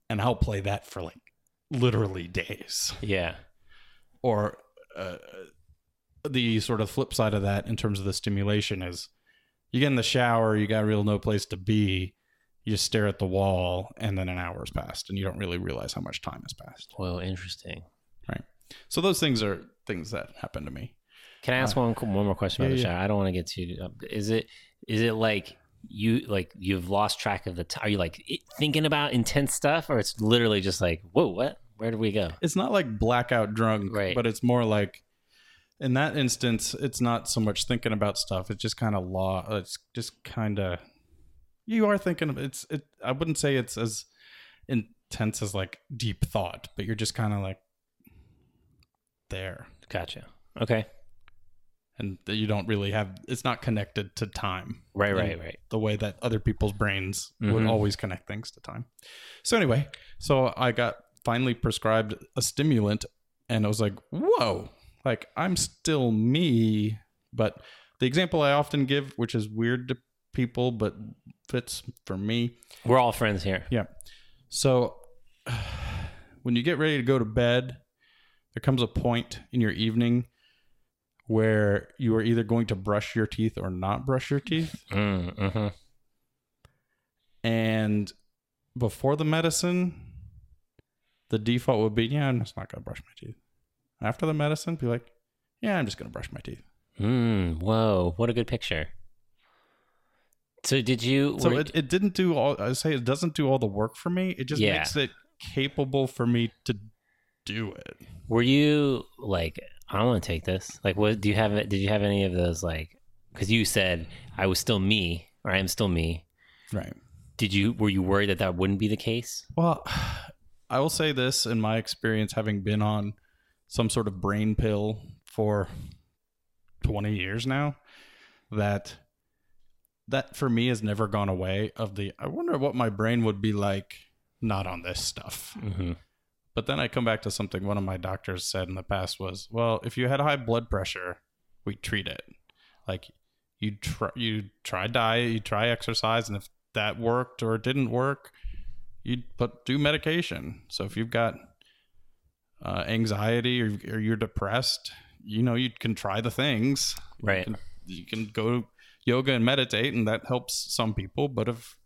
Speaker 2: and I'll play that for like literally days
Speaker 1: Yeah.
Speaker 2: or uh, the sort of flip side of that in terms of the stimulation is you get in the shower you got real no place to be you just stare at the wall and then an hour's passed and you don't really realize how much time has passed
Speaker 1: Well, interesting.
Speaker 2: so those things are things that happen to me
Speaker 1: Can I ask one one more question about
Speaker 2: yeah,
Speaker 1: the
Speaker 2: yeah.
Speaker 1: shower? I don't want to get too. um, Is it is it like you like you've lost track of the time? Are you like i- thinking about intense stuff, or it's literally just like, whoa, what? Where did we go?
Speaker 2: it's not like blackout drunk,
Speaker 1: Right.
Speaker 2: but it's more like in that instance, it's not so much thinking about stuff. It's just kind of law. It's just kind of you are thinking of it's. It I wouldn't say it's as intense as like deep thought, but you're just kind of like there,
Speaker 1: Gotcha. Okay.
Speaker 2: and that you don't really have. It's not connected to time
Speaker 1: Right.
Speaker 2: Yeah.
Speaker 1: Right. Right.
Speaker 2: the way that other people's brains would
Speaker 1: Mhm.
Speaker 2: always connect things to time. So anyway, so I got finally prescribed a stimulant and I was like, "Whoa. Like I'm still me." But the example I often give, which is weird to people but fits for me,
Speaker 1: We're all friends here.
Speaker 2: so when you get ready to go to bed, there comes a point in your evening where you
Speaker 1: mm-hmm.
Speaker 2: are either going to brush your teeth or not brush your teeth.
Speaker 1: Mm, hmm
Speaker 2: And before the medicine, the default would be, yeah, I'm just not gonna brush my teeth. After the medicine, be like, yeah, I'm just gonna brush my teeth.
Speaker 1: Mm, whoa, what a good picture. So did you?
Speaker 2: So
Speaker 1: were-
Speaker 2: it, it didn't do all. I say it doesn't do all the work for me. It just
Speaker 1: Yeah.
Speaker 2: makes it capable for me to do it.
Speaker 1: Were you like, I want to take this? Like, what do you have? Did you have any of those? Like, because you said I was still me, or I am still me.
Speaker 2: Right.
Speaker 1: Did you? Were you worried that that wouldn't be the case?
Speaker 2: Well, I will say this in my experience, having been on some sort of brain pill for 20 years now, that that for me has never gone away of the I wonder what my brain would be like not on this stuff.
Speaker 1: Mm-hmm.
Speaker 2: But then I come back to something one of my doctors said in the past was, well, if you had high blood pressure, we treat it. Like you try you try diet, you try exercise, and if that worked or didn't work, you put do medication. So if you've got uh, anxiety or, or you're depressed, you know you can try the things.
Speaker 1: Right.
Speaker 2: You can, you can go to yoga and meditate, and that helps some people. But if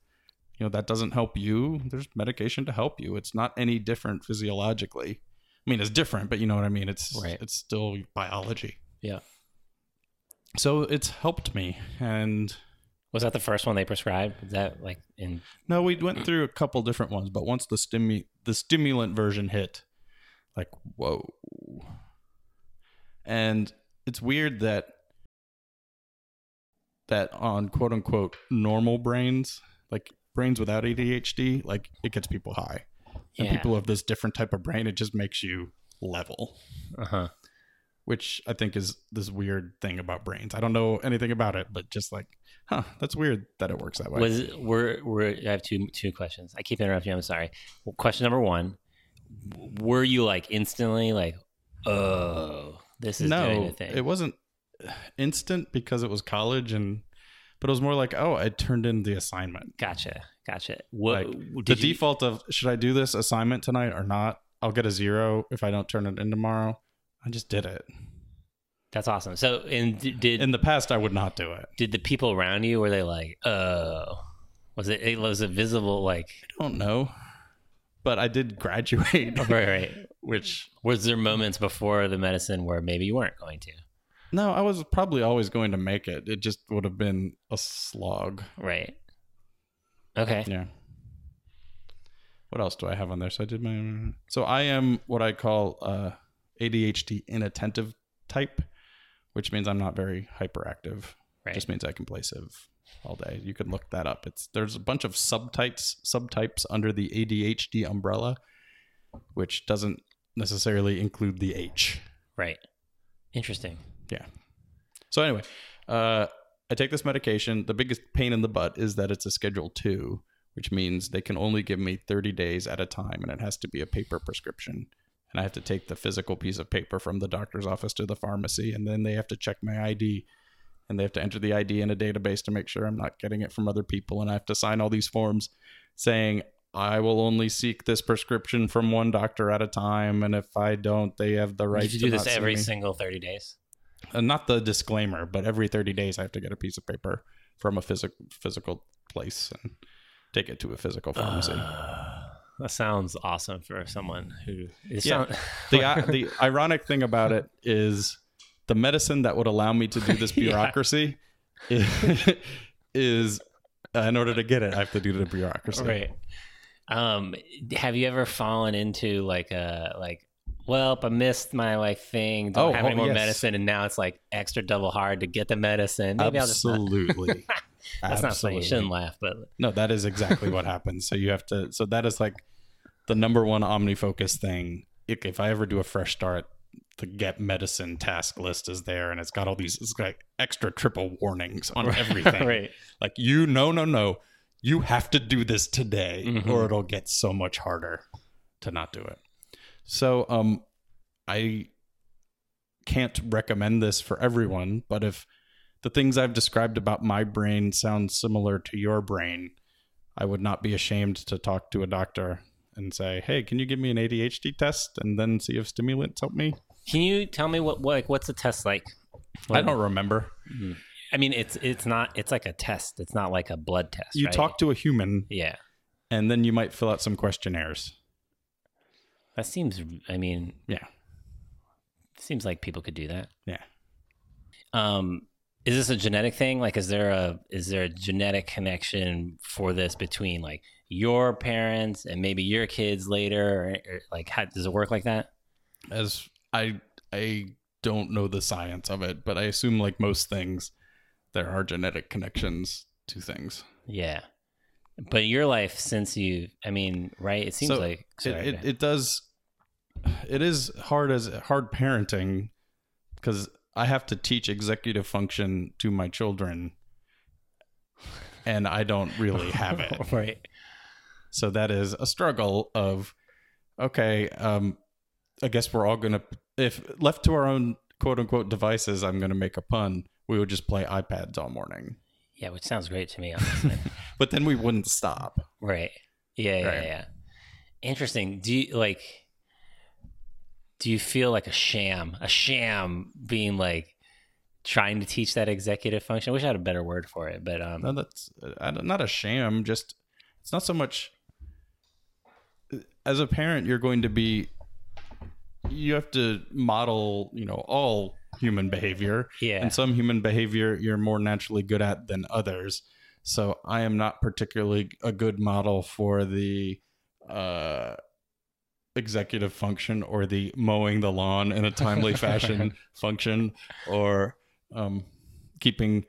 Speaker 2: you know that doesn't help you there's medication to help you it's not any different physiologically i mean it's different but you know what i mean it's
Speaker 1: Right.
Speaker 2: it's still biology
Speaker 1: Yeah.
Speaker 2: so it's helped me and
Speaker 1: Was that the first one they prescribed? Is that like in?
Speaker 2: no we went through a couple different ones but once the stimu- the stimulant version hit like whoa and it's weird that that on quote unquote normal brains like brains without adhd like it gets people high
Speaker 1: Yeah.
Speaker 2: and people of this different type of brain it just makes you level
Speaker 1: uh huh.
Speaker 2: which i think is this weird thing about brains i don't know anything about it but just like huh that's weird that it works that way
Speaker 1: Was were were I have two two questions. I keep interrupting. you, I'm sorry. Well, question number one: Were you like instantly like, oh, this is doing a
Speaker 2: no
Speaker 1: thing?
Speaker 2: it wasn't instant because it was college and but it was more like oh i turned in the assignment
Speaker 1: gotcha, gotcha. What
Speaker 2: Like,
Speaker 1: did
Speaker 2: the
Speaker 1: you-
Speaker 2: default of should i do this assignment tonight or not i'll get a zero if i don't turn it in tomorrow i just did it
Speaker 1: That's awesome. So and d- did
Speaker 2: in the past i would not do it
Speaker 1: did the people around you were they like oh was it it was a visible like
Speaker 2: i don't know but i did graduate
Speaker 1: right right
Speaker 2: which
Speaker 1: was there moments before the medicine where maybe you weren't going to
Speaker 2: No, I was probably always going to make it. It just would have been a slog.
Speaker 1: right okay
Speaker 2: Yeah. What else do I have on there? So I did my. So I am what I call uh, ADHD inattentive type, which means I'm not very hyperactive.
Speaker 1: right
Speaker 2: Just means I can play Civ all day. You can look that up. It's there's a bunch of subtypes subtypes under the ADHD umbrella, which doesn't necessarily include the H.
Speaker 1: right interesting
Speaker 2: So anyway, uh, I take this medication. The biggest pain in the butt is that it's a Schedule Two, which means they can only give me 30 days at a time, and it has to be a paper prescription. And I have to take the physical piece of paper from the doctor's office to the pharmacy, and then they have to check my ID, and they have to enter the ID in a database to make sure I'm not getting it from other people, and I have to sign all these forms saying. I will only seek this prescription from one doctor at a time, and if I don't, they have the right.
Speaker 1: did you
Speaker 2: to
Speaker 1: do
Speaker 2: not
Speaker 1: this
Speaker 2: see
Speaker 1: every
Speaker 2: me
Speaker 1: single 30 days
Speaker 2: uh, not the disclaimer, but every 30 days I have to get a piece of paper from a physical physical place and take it to a physical pharmacy.
Speaker 1: Uh. that sounds awesome for someone who is
Speaker 2: Yeah. the i- the ironic thing about it is the medicine that would allow me to do this
Speaker 1: Yeah.
Speaker 2: bureaucracy is, is uh, in order to get it I have to do the bureaucracy.
Speaker 1: right um have you ever fallen into like a like well i missed my like thing don't
Speaker 2: Oh,
Speaker 1: have any
Speaker 2: oh,
Speaker 1: more
Speaker 2: yes.
Speaker 1: medicine and now it's like extra double hard to get the medicine maybe i'll just not-
Speaker 2: Absolutely.
Speaker 1: that's not funny you
Speaker 2: Absolutely.
Speaker 1: shouldn't laugh but
Speaker 2: No, that is exactly what happens. So you have to. So that is like the number one OmniFocus thing. If if I ever do a fresh start, the get medicine task list is there, and it's got all these. It's got like extra triple warnings on everything.
Speaker 1: right
Speaker 2: Like you, no, no, no. You have to do this today,
Speaker 1: Mhm.
Speaker 2: or it'll get so much harder to not do it. So, um, I can't recommend this for everyone, but if the things I've described about my brain sound similar to your brain, I would not be ashamed to talk to a doctor and say, "Hey, can you give me an ADHD test and then see if stimulants help me?"
Speaker 1: can you tell me what, what like what's the test like
Speaker 2: I don't remember.
Speaker 1: Mhm. I mean, it's it's not it's like a test. It's not like a blood test.
Speaker 2: you
Speaker 1: right?
Speaker 2: talk to a human
Speaker 1: Yeah,
Speaker 2: and then you might fill out some questionnaires.
Speaker 1: that seems. I mean,
Speaker 2: Yeah.
Speaker 1: seems like people could do that.
Speaker 2: Yeah.
Speaker 1: Um, is this a genetic thing? Like, is there a is there a genetic connection for this between like your parents and maybe your kids later? Or, or like, how does it work like that?
Speaker 2: As I I don't know the science of it, but I assume like most things there are genetic connections to things.
Speaker 1: Yeah. But your life since you, I mean, right? It seems
Speaker 2: So,
Speaker 1: like sorry,
Speaker 2: it, it, it does it is hard as hard parenting because i have to teach executive function to my children and i don't really have it
Speaker 1: right.
Speaker 2: so that is a struggle of okay um i guess we're all gonna if left to our own quote unquote devices i'm gonna make a pun we would just play ipads all morning
Speaker 1: Yeah, which sounds great to me. Honestly.
Speaker 2: but then we wouldn't stop
Speaker 1: right. Yeah, yeah,
Speaker 2: Right.
Speaker 1: yeah. Interesting. Do you like? Do you feel like a sham? A sham being like trying to teach that executive function. I wish I had a better word for it, but um,
Speaker 2: No, that's I don't- not a sham. Just it's not so much. As a parent, you're going to be. You have to model, you know, all human behavior,
Speaker 1: yeah,
Speaker 2: and some human behavior you're more naturally good at than others. So I am not particularly a good model for the uh, executive function or the mowing the lawn in a timely fashion function or um, keeping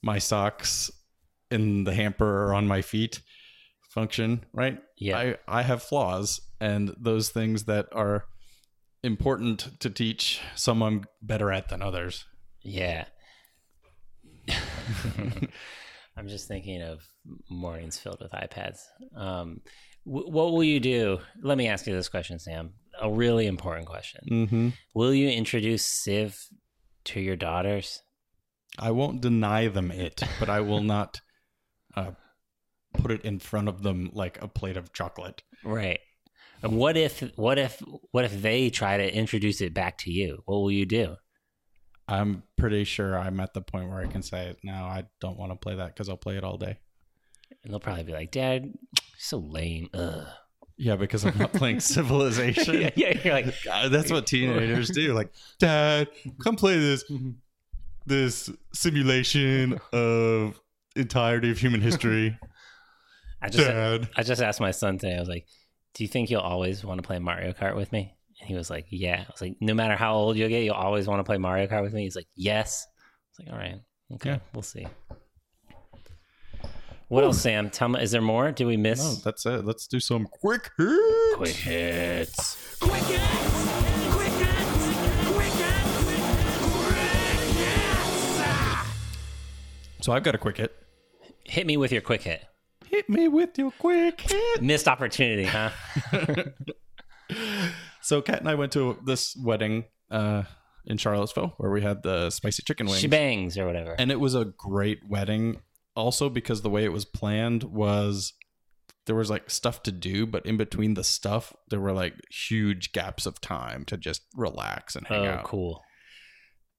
Speaker 2: my socks in the hamper or on my feet function, right?
Speaker 1: yeah,
Speaker 2: I, I have flaws and those things that are important to teach some I'm better at than others.
Speaker 1: yeah. I'm just thinking of mornings filled with iPads. Um, w- what will you do? Let me ask you this question, Sam. A really important question.
Speaker 2: Mm-hmm.
Speaker 1: Will you introduce Civ to your daughters?
Speaker 2: I won't deny them it, but I will not uh, put it in front of them like a plate of chocolate.
Speaker 1: Right. And What if what if what if they try to introduce it back to you? What will you do?
Speaker 2: I'm pretty sure I'm at the point where I can say, no, I don't want to play that because I'll play it all day.
Speaker 1: And they'll probably be like, "Dad, you're so lame." Ugh.
Speaker 2: Yeah, because I'm not playing Civilization.
Speaker 1: yeah, yeah, you're like,
Speaker 2: God, Uh, that's what teenagers do. Like, Dad, come play this this simulation of entirety of human history.
Speaker 1: I just
Speaker 2: Dad.
Speaker 1: I just asked my son today. I was like, "Do you think you'll always want to play Mario Kart with me?" And he was like, "Yeah." I was like, "No matter how old you'll get, you'll always want to play Mario Kart with me." He's like, "Yes." I was like, "All right, okay,
Speaker 2: Yeah.
Speaker 1: we'll see." What else, Sam? Tell me, is there more? Did we miss?
Speaker 2: No, that's it. Let's do some quick
Speaker 1: Quick hits.
Speaker 3: Quick hits! Quick hits! Quick hits! Quick hits!
Speaker 2: So I've got a quick hit.
Speaker 1: Hit me with your quick hit.
Speaker 2: Hit me with your quick hit.
Speaker 1: Missed opportunity, huh?
Speaker 2: So Kat and I went to this wedding uh, in Charlottesville where we had the spicy chicken wings.
Speaker 1: She bangs or whatever.
Speaker 2: and it was a great wedding also because the way it was planned was there was like stuff to do but in between the stuff there were like huge gaps of time to just relax and hang
Speaker 1: oh,
Speaker 2: out
Speaker 1: cool.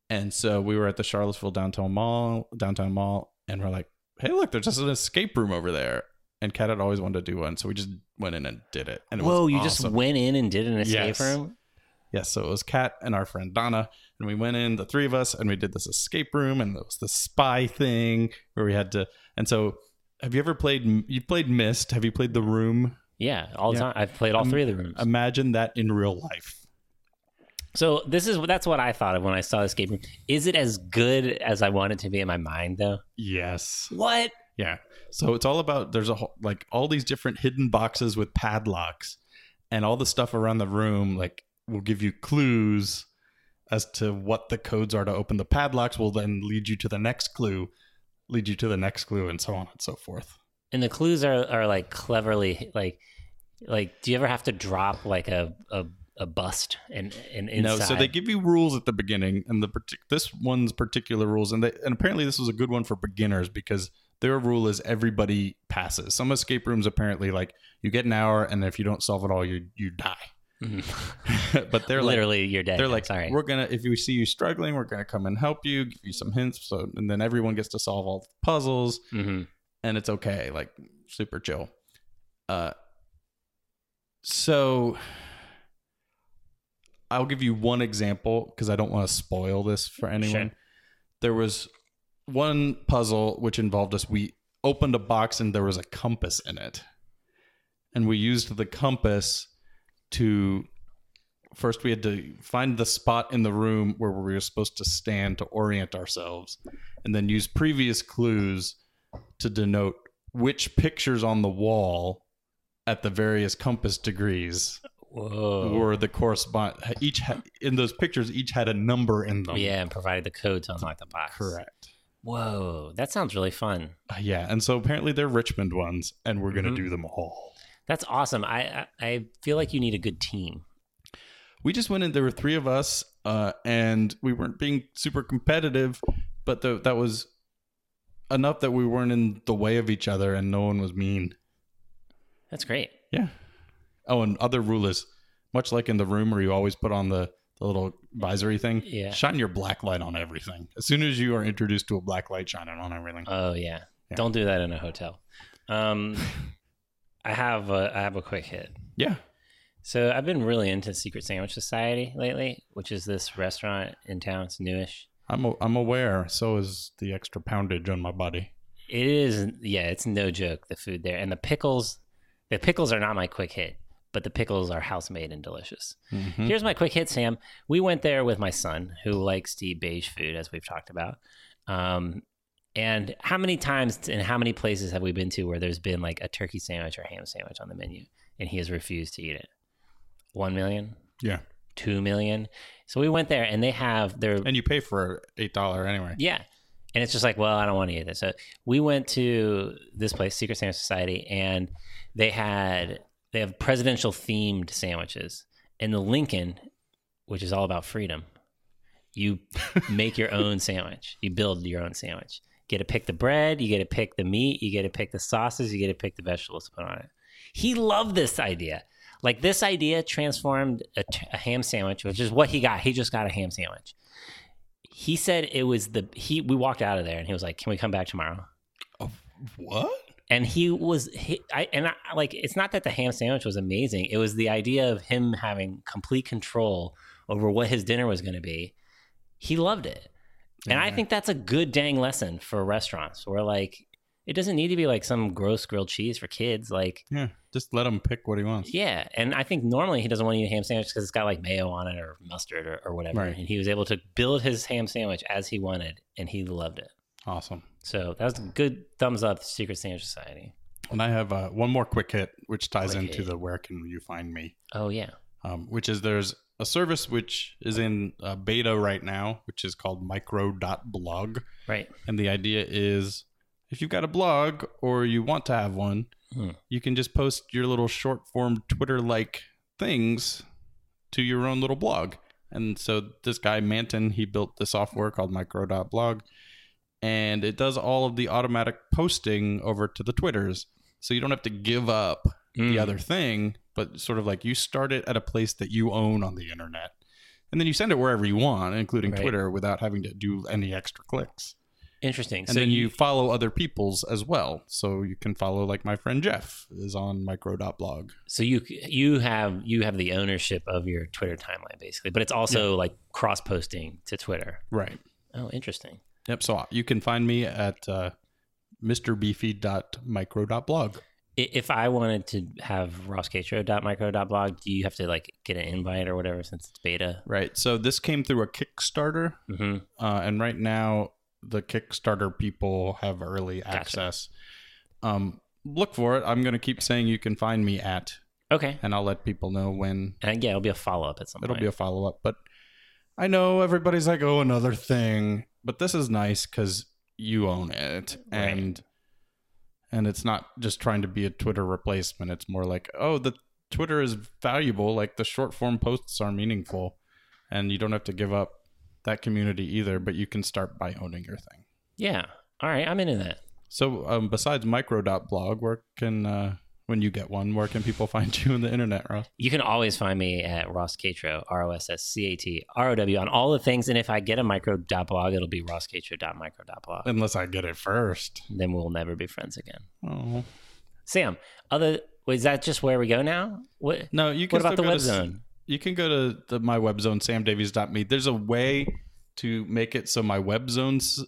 Speaker 2: and so we were at the charlottesville downtown mall downtown mall and we're like hey look there's just an escape room over there and kat had always wanted to do one so we just went in and did it and it
Speaker 1: Whoa,
Speaker 2: was
Speaker 1: you
Speaker 2: awesome.
Speaker 1: just went in and did an escape
Speaker 2: Yes.
Speaker 1: room?
Speaker 2: Yes, so it was Kat and our friend Donna, and we went in, the three of us, and we did this escape room, and there was the spy thing where we had to. And so, have you ever played? You played Mist. Have you played The Room?
Speaker 1: Yeah, all the
Speaker 2: Yeah.
Speaker 1: time. I've played all
Speaker 2: Um,
Speaker 1: three of the rooms.
Speaker 2: Imagine that in real life.
Speaker 1: so this is that's what I thought of when I saw escape room. Is it as good as I want it to be in my mind though?
Speaker 2: Yes.
Speaker 1: What?
Speaker 2: Yeah. So it's all about there's a whole, like all these different hidden boxes with padlocks, and all the stuff around the room like will give you clues as to what the codes are to open. The padlocks will then lead you to the next clue, lead you to the next clue, and so on and so forth.
Speaker 1: And the clues are are like cleverly like like do you ever have to drop like a a, a bust and and inside?
Speaker 2: No, so they give you rules at the beginning, and the partic- this one's particular rules, and they, and apparently this was a good one for beginners because their rule is everybody passes. Some escape rooms apparently like you get an hour, and if you don't solve it all, you you die. but they're
Speaker 1: Mm-hmm.
Speaker 2: like,
Speaker 1: Literally, you're dead.
Speaker 2: they're
Speaker 1: I'm
Speaker 2: like,
Speaker 1: sorry.
Speaker 2: we're gonna if we see you struggling, we're gonna come and help you, give you some hints. So and then everyone gets to solve all the puzzles,
Speaker 1: hmm
Speaker 2: and it's okay, like super chill. Uh, so I'll give you one example because I don't want to spoil this for anyone. There was one puzzle which involved us. We opened a box and there was a compass in it, and we used the compass to first we had to find the spot in the room where we were supposed to stand to orient ourselves and then use previous clues to denote which pictures on the wall at the various compass degrees
Speaker 1: Whoa.
Speaker 2: were the correspond each ha- in those pictures each had a number in them
Speaker 1: yeah, and provided the code to unlock the box.
Speaker 2: correct
Speaker 1: Whoa, that sounds really fun.
Speaker 2: Uh, yeah and so apparently they're richmond ones and we're gonna
Speaker 1: Mhm.
Speaker 2: do them all
Speaker 1: That's awesome. I, I I feel like you need a good team.
Speaker 2: we just went in there were three of us uh, and we weren't being super competitive but the, that was enough that we weren't in the way of each other and no one was mean
Speaker 1: That's great.
Speaker 2: yeah oh and other rule is much like in the room where you always put on the, the little advisory thing
Speaker 1: Yeah.
Speaker 2: shine your black light on everything as soon as you are introduced to a black light shine it on everything
Speaker 1: Oh yeah.
Speaker 2: Yeah.
Speaker 1: Don't do that in a hotel. Um, I have a I have a quick hit.
Speaker 2: yeah
Speaker 1: So I've been really into Secret Sandwich Society lately, which is this restaurant in town. It's newish.
Speaker 2: I'm, a, I'm aware so is the extra poundage on my body
Speaker 1: It is yeah, it's no joke the food there and the pickles. The pickles are not my quick hit, but the pickles are house made and delicious.
Speaker 2: Mhm.
Speaker 1: Here's my quick hit, Sam. We went there with my son, who likes to eat beige food, as we've talked about. Um, and how many times and how many places have we been to where there's been like a turkey sandwich or ham sandwich on the menu, and he has refused to eat it? One million,
Speaker 2: yeah
Speaker 1: two million. So we went there, and they have their
Speaker 2: and you pay for eight dollar anyway
Speaker 1: yeah. And it's just like, well, I don't want to eat this. So we went to this place, Secret Sandwich Society, and they had they have presidential themed sandwiches. And the Lincoln, which is all about freedom, you make your own sandwich. You build your own sandwich. You get to pick the bread, you get to pick the meat, you get to pick the sauces, you get to pick the vegetables to put on it. He loved this idea. Like this idea transformed a, t- a ham sandwich, which is what he got. He just got a ham sandwich he said it was the he we walked out of there and he was like can we come back tomorrow
Speaker 2: what
Speaker 1: and he was he, i and i like it's not that the ham sandwich was amazing it was the idea of him having complete control over what his dinner was going to be he loved it and i
Speaker 2: Yeah.
Speaker 1: think that's a good dang lesson for restaurants where like it doesn't need to be like some gross grilled cheese for kids like
Speaker 2: yeah just let him pick what he wants
Speaker 1: yeah, and I think normally he doesn't want to eat a ham sandwich because it's got like mayo on it or mustard or, or whatever.
Speaker 2: Right.
Speaker 1: And he was able to build his ham sandwich as he wanted, and he loved it.
Speaker 2: awesome
Speaker 1: So that was a good thumbs up, Secret Sandwich Society.
Speaker 2: And I have uh, one more quick hit, which ties
Speaker 1: Quick
Speaker 2: into
Speaker 1: hit.
Speaker 2: the where can you find me,
Speaker 1: Oh yeah,
Speaker 2: um, which is there's a service which is in uh, beta right now, which is called micro.blog.
Speaker 1: right.
Speaker 2: And the idea is if you've got a blog or you want to have one,
Speaker 1: Hmm.
Speaker 2: you can just post your little short form Twitter like things to your own little blog. And so this guy, Manton, he built the software called micro.blog and it does all of the automatic posting over to the Twitters. So you don't have to give up
Speaker 1: Hmm. Mm.
Speaker 2: the other thing, but sort of like you start it at a place that you own on the internet. And then you send it wherever you want, including
Speaker 1: Right.
Speaker 2: Twitter, without having to do any extra clicks
Speaker 1: Interesting.
Speaker 2: and then you follow other people's as well so you can follow like my friend jeff is on micro.blog
Speaker 1: so you you have you have the ownership of your Twitter timeline basically, but it's also like cross posting to Twitter.
Speaker 2: right
Speaker 1: Oh, interesting.
Speaker 2: yep so uh, you can find me at uh, mrbeefy.micro.blog
Speaker 1: I- If I wanted to have rosscatro.micro.blog, do you have to like get an invite or whatever since it's beta?
Speaker 2: right so this came through a kickstarter
Speaker 1: hmm
Speaker 2: uh, and right now the kickstarter people have early
Speaker 1: Gotcha.
Speaker 2: access um, look for it i'm going to keep saying you can find me at
Speaker 1: Okay.
Speaker 2: and i'll let people know when
Speaker 1: And yeah, it'll be a follow up at some
Speaker 2: It'll
Speaker 1: point.
Speaker 2: be a follow up, but I know everybody's like, oh, another thing, but this is nice because you own it,
Speaker 1: Right.
Speaker 2: and and it's not just trying to be a Twitter replacement. It's more like, oh, the Twitter is valuable. Like the short form posts are meaningful, and you don't have to give up that community either. But you can start by owning your thing.
Speaker 1: yeah. All right, I'm into that.
Speaker 2: So, um, besides micro.blog, where can uh, when you get one? Where can people find you on the internet, Ross?
Speaker 1: You can always find me at Ross Catro, R O S S C A T R O W, on all the things. And if I get a micro.blog, it'll be rosscatro.micro.blog.
Speaker 2: Unless I get it first.
Speaker 1: Then we'll never be friends again.
Speaker 2: Oh
Speaker 1: Sam, other is that just where we go now? What
Speaker 2: no, you can.
Speaker 1: What about the
Speaker 2: still go
Speaker 1: web
Speaker 2: to-
Speaker 1: zone?
Speaker 2: You can go to the, my web zone, samdavies.me. There's a way to make it so my web zones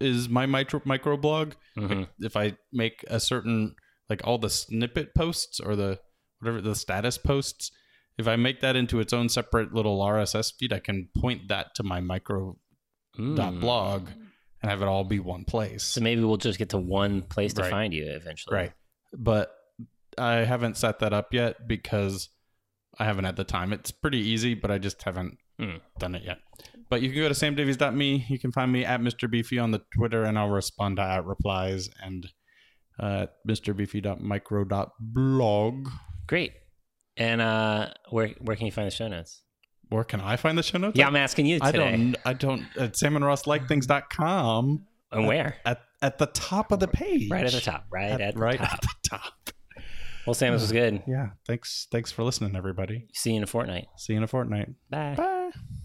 Speaker 2: is my micro micro blog.
Speaker 1: Mhm.
Speaker 2: if I make a certain like all the snippet posts or the whatever the status posts, if I make that into its own separate little RSS feed, I can point that to my micro dot
Speaker 1: Mm.
Speaker 2: blog and have it all be one place.
Speaker 1: So maybe we'll just get to one place to
Speaker 2: Right.
Speaker 1: find you eventually.
Speaker 2: Right. But I haven't set that up yet because I haven't had the time. It's pretty easy, but I just haven't
Speaker 1: Mm.
Speaker 2: done it yet. But you can go to samdavies.me. You can find me at Mr. Beefy on the Twitter, and I'll respond to at replies and uh, mrbeefy.micro.blog.
Speaker 1: Great. And uh where where can you find the show notes?
Speaker 2: Where can I find the show notes?
Speaker 1: Yeah, I'm asking you
Speaker 2: I
Speaker 1: today.
Speaker 2: don't. I don't. At samandrosslikethings.com
Speaker 1: and where?
Speaker 2: at at the top of the page.
Speaker 1: Right at the top. Right at,
Speaker 2: At-
Speaker 1: the
Speaker 2: right
Speaker 1: top.
Speaker 2: at the top.
Speaker 1: Well, Sam, this was good.
Speaker 2: Yeah. Thanks. Thanks for listening, everybody.
Speaker 1: See you in a fortnight.
Speaker 2: See you in a fortnight.
Speaker 1: Bye.
Speaker 2: Bye.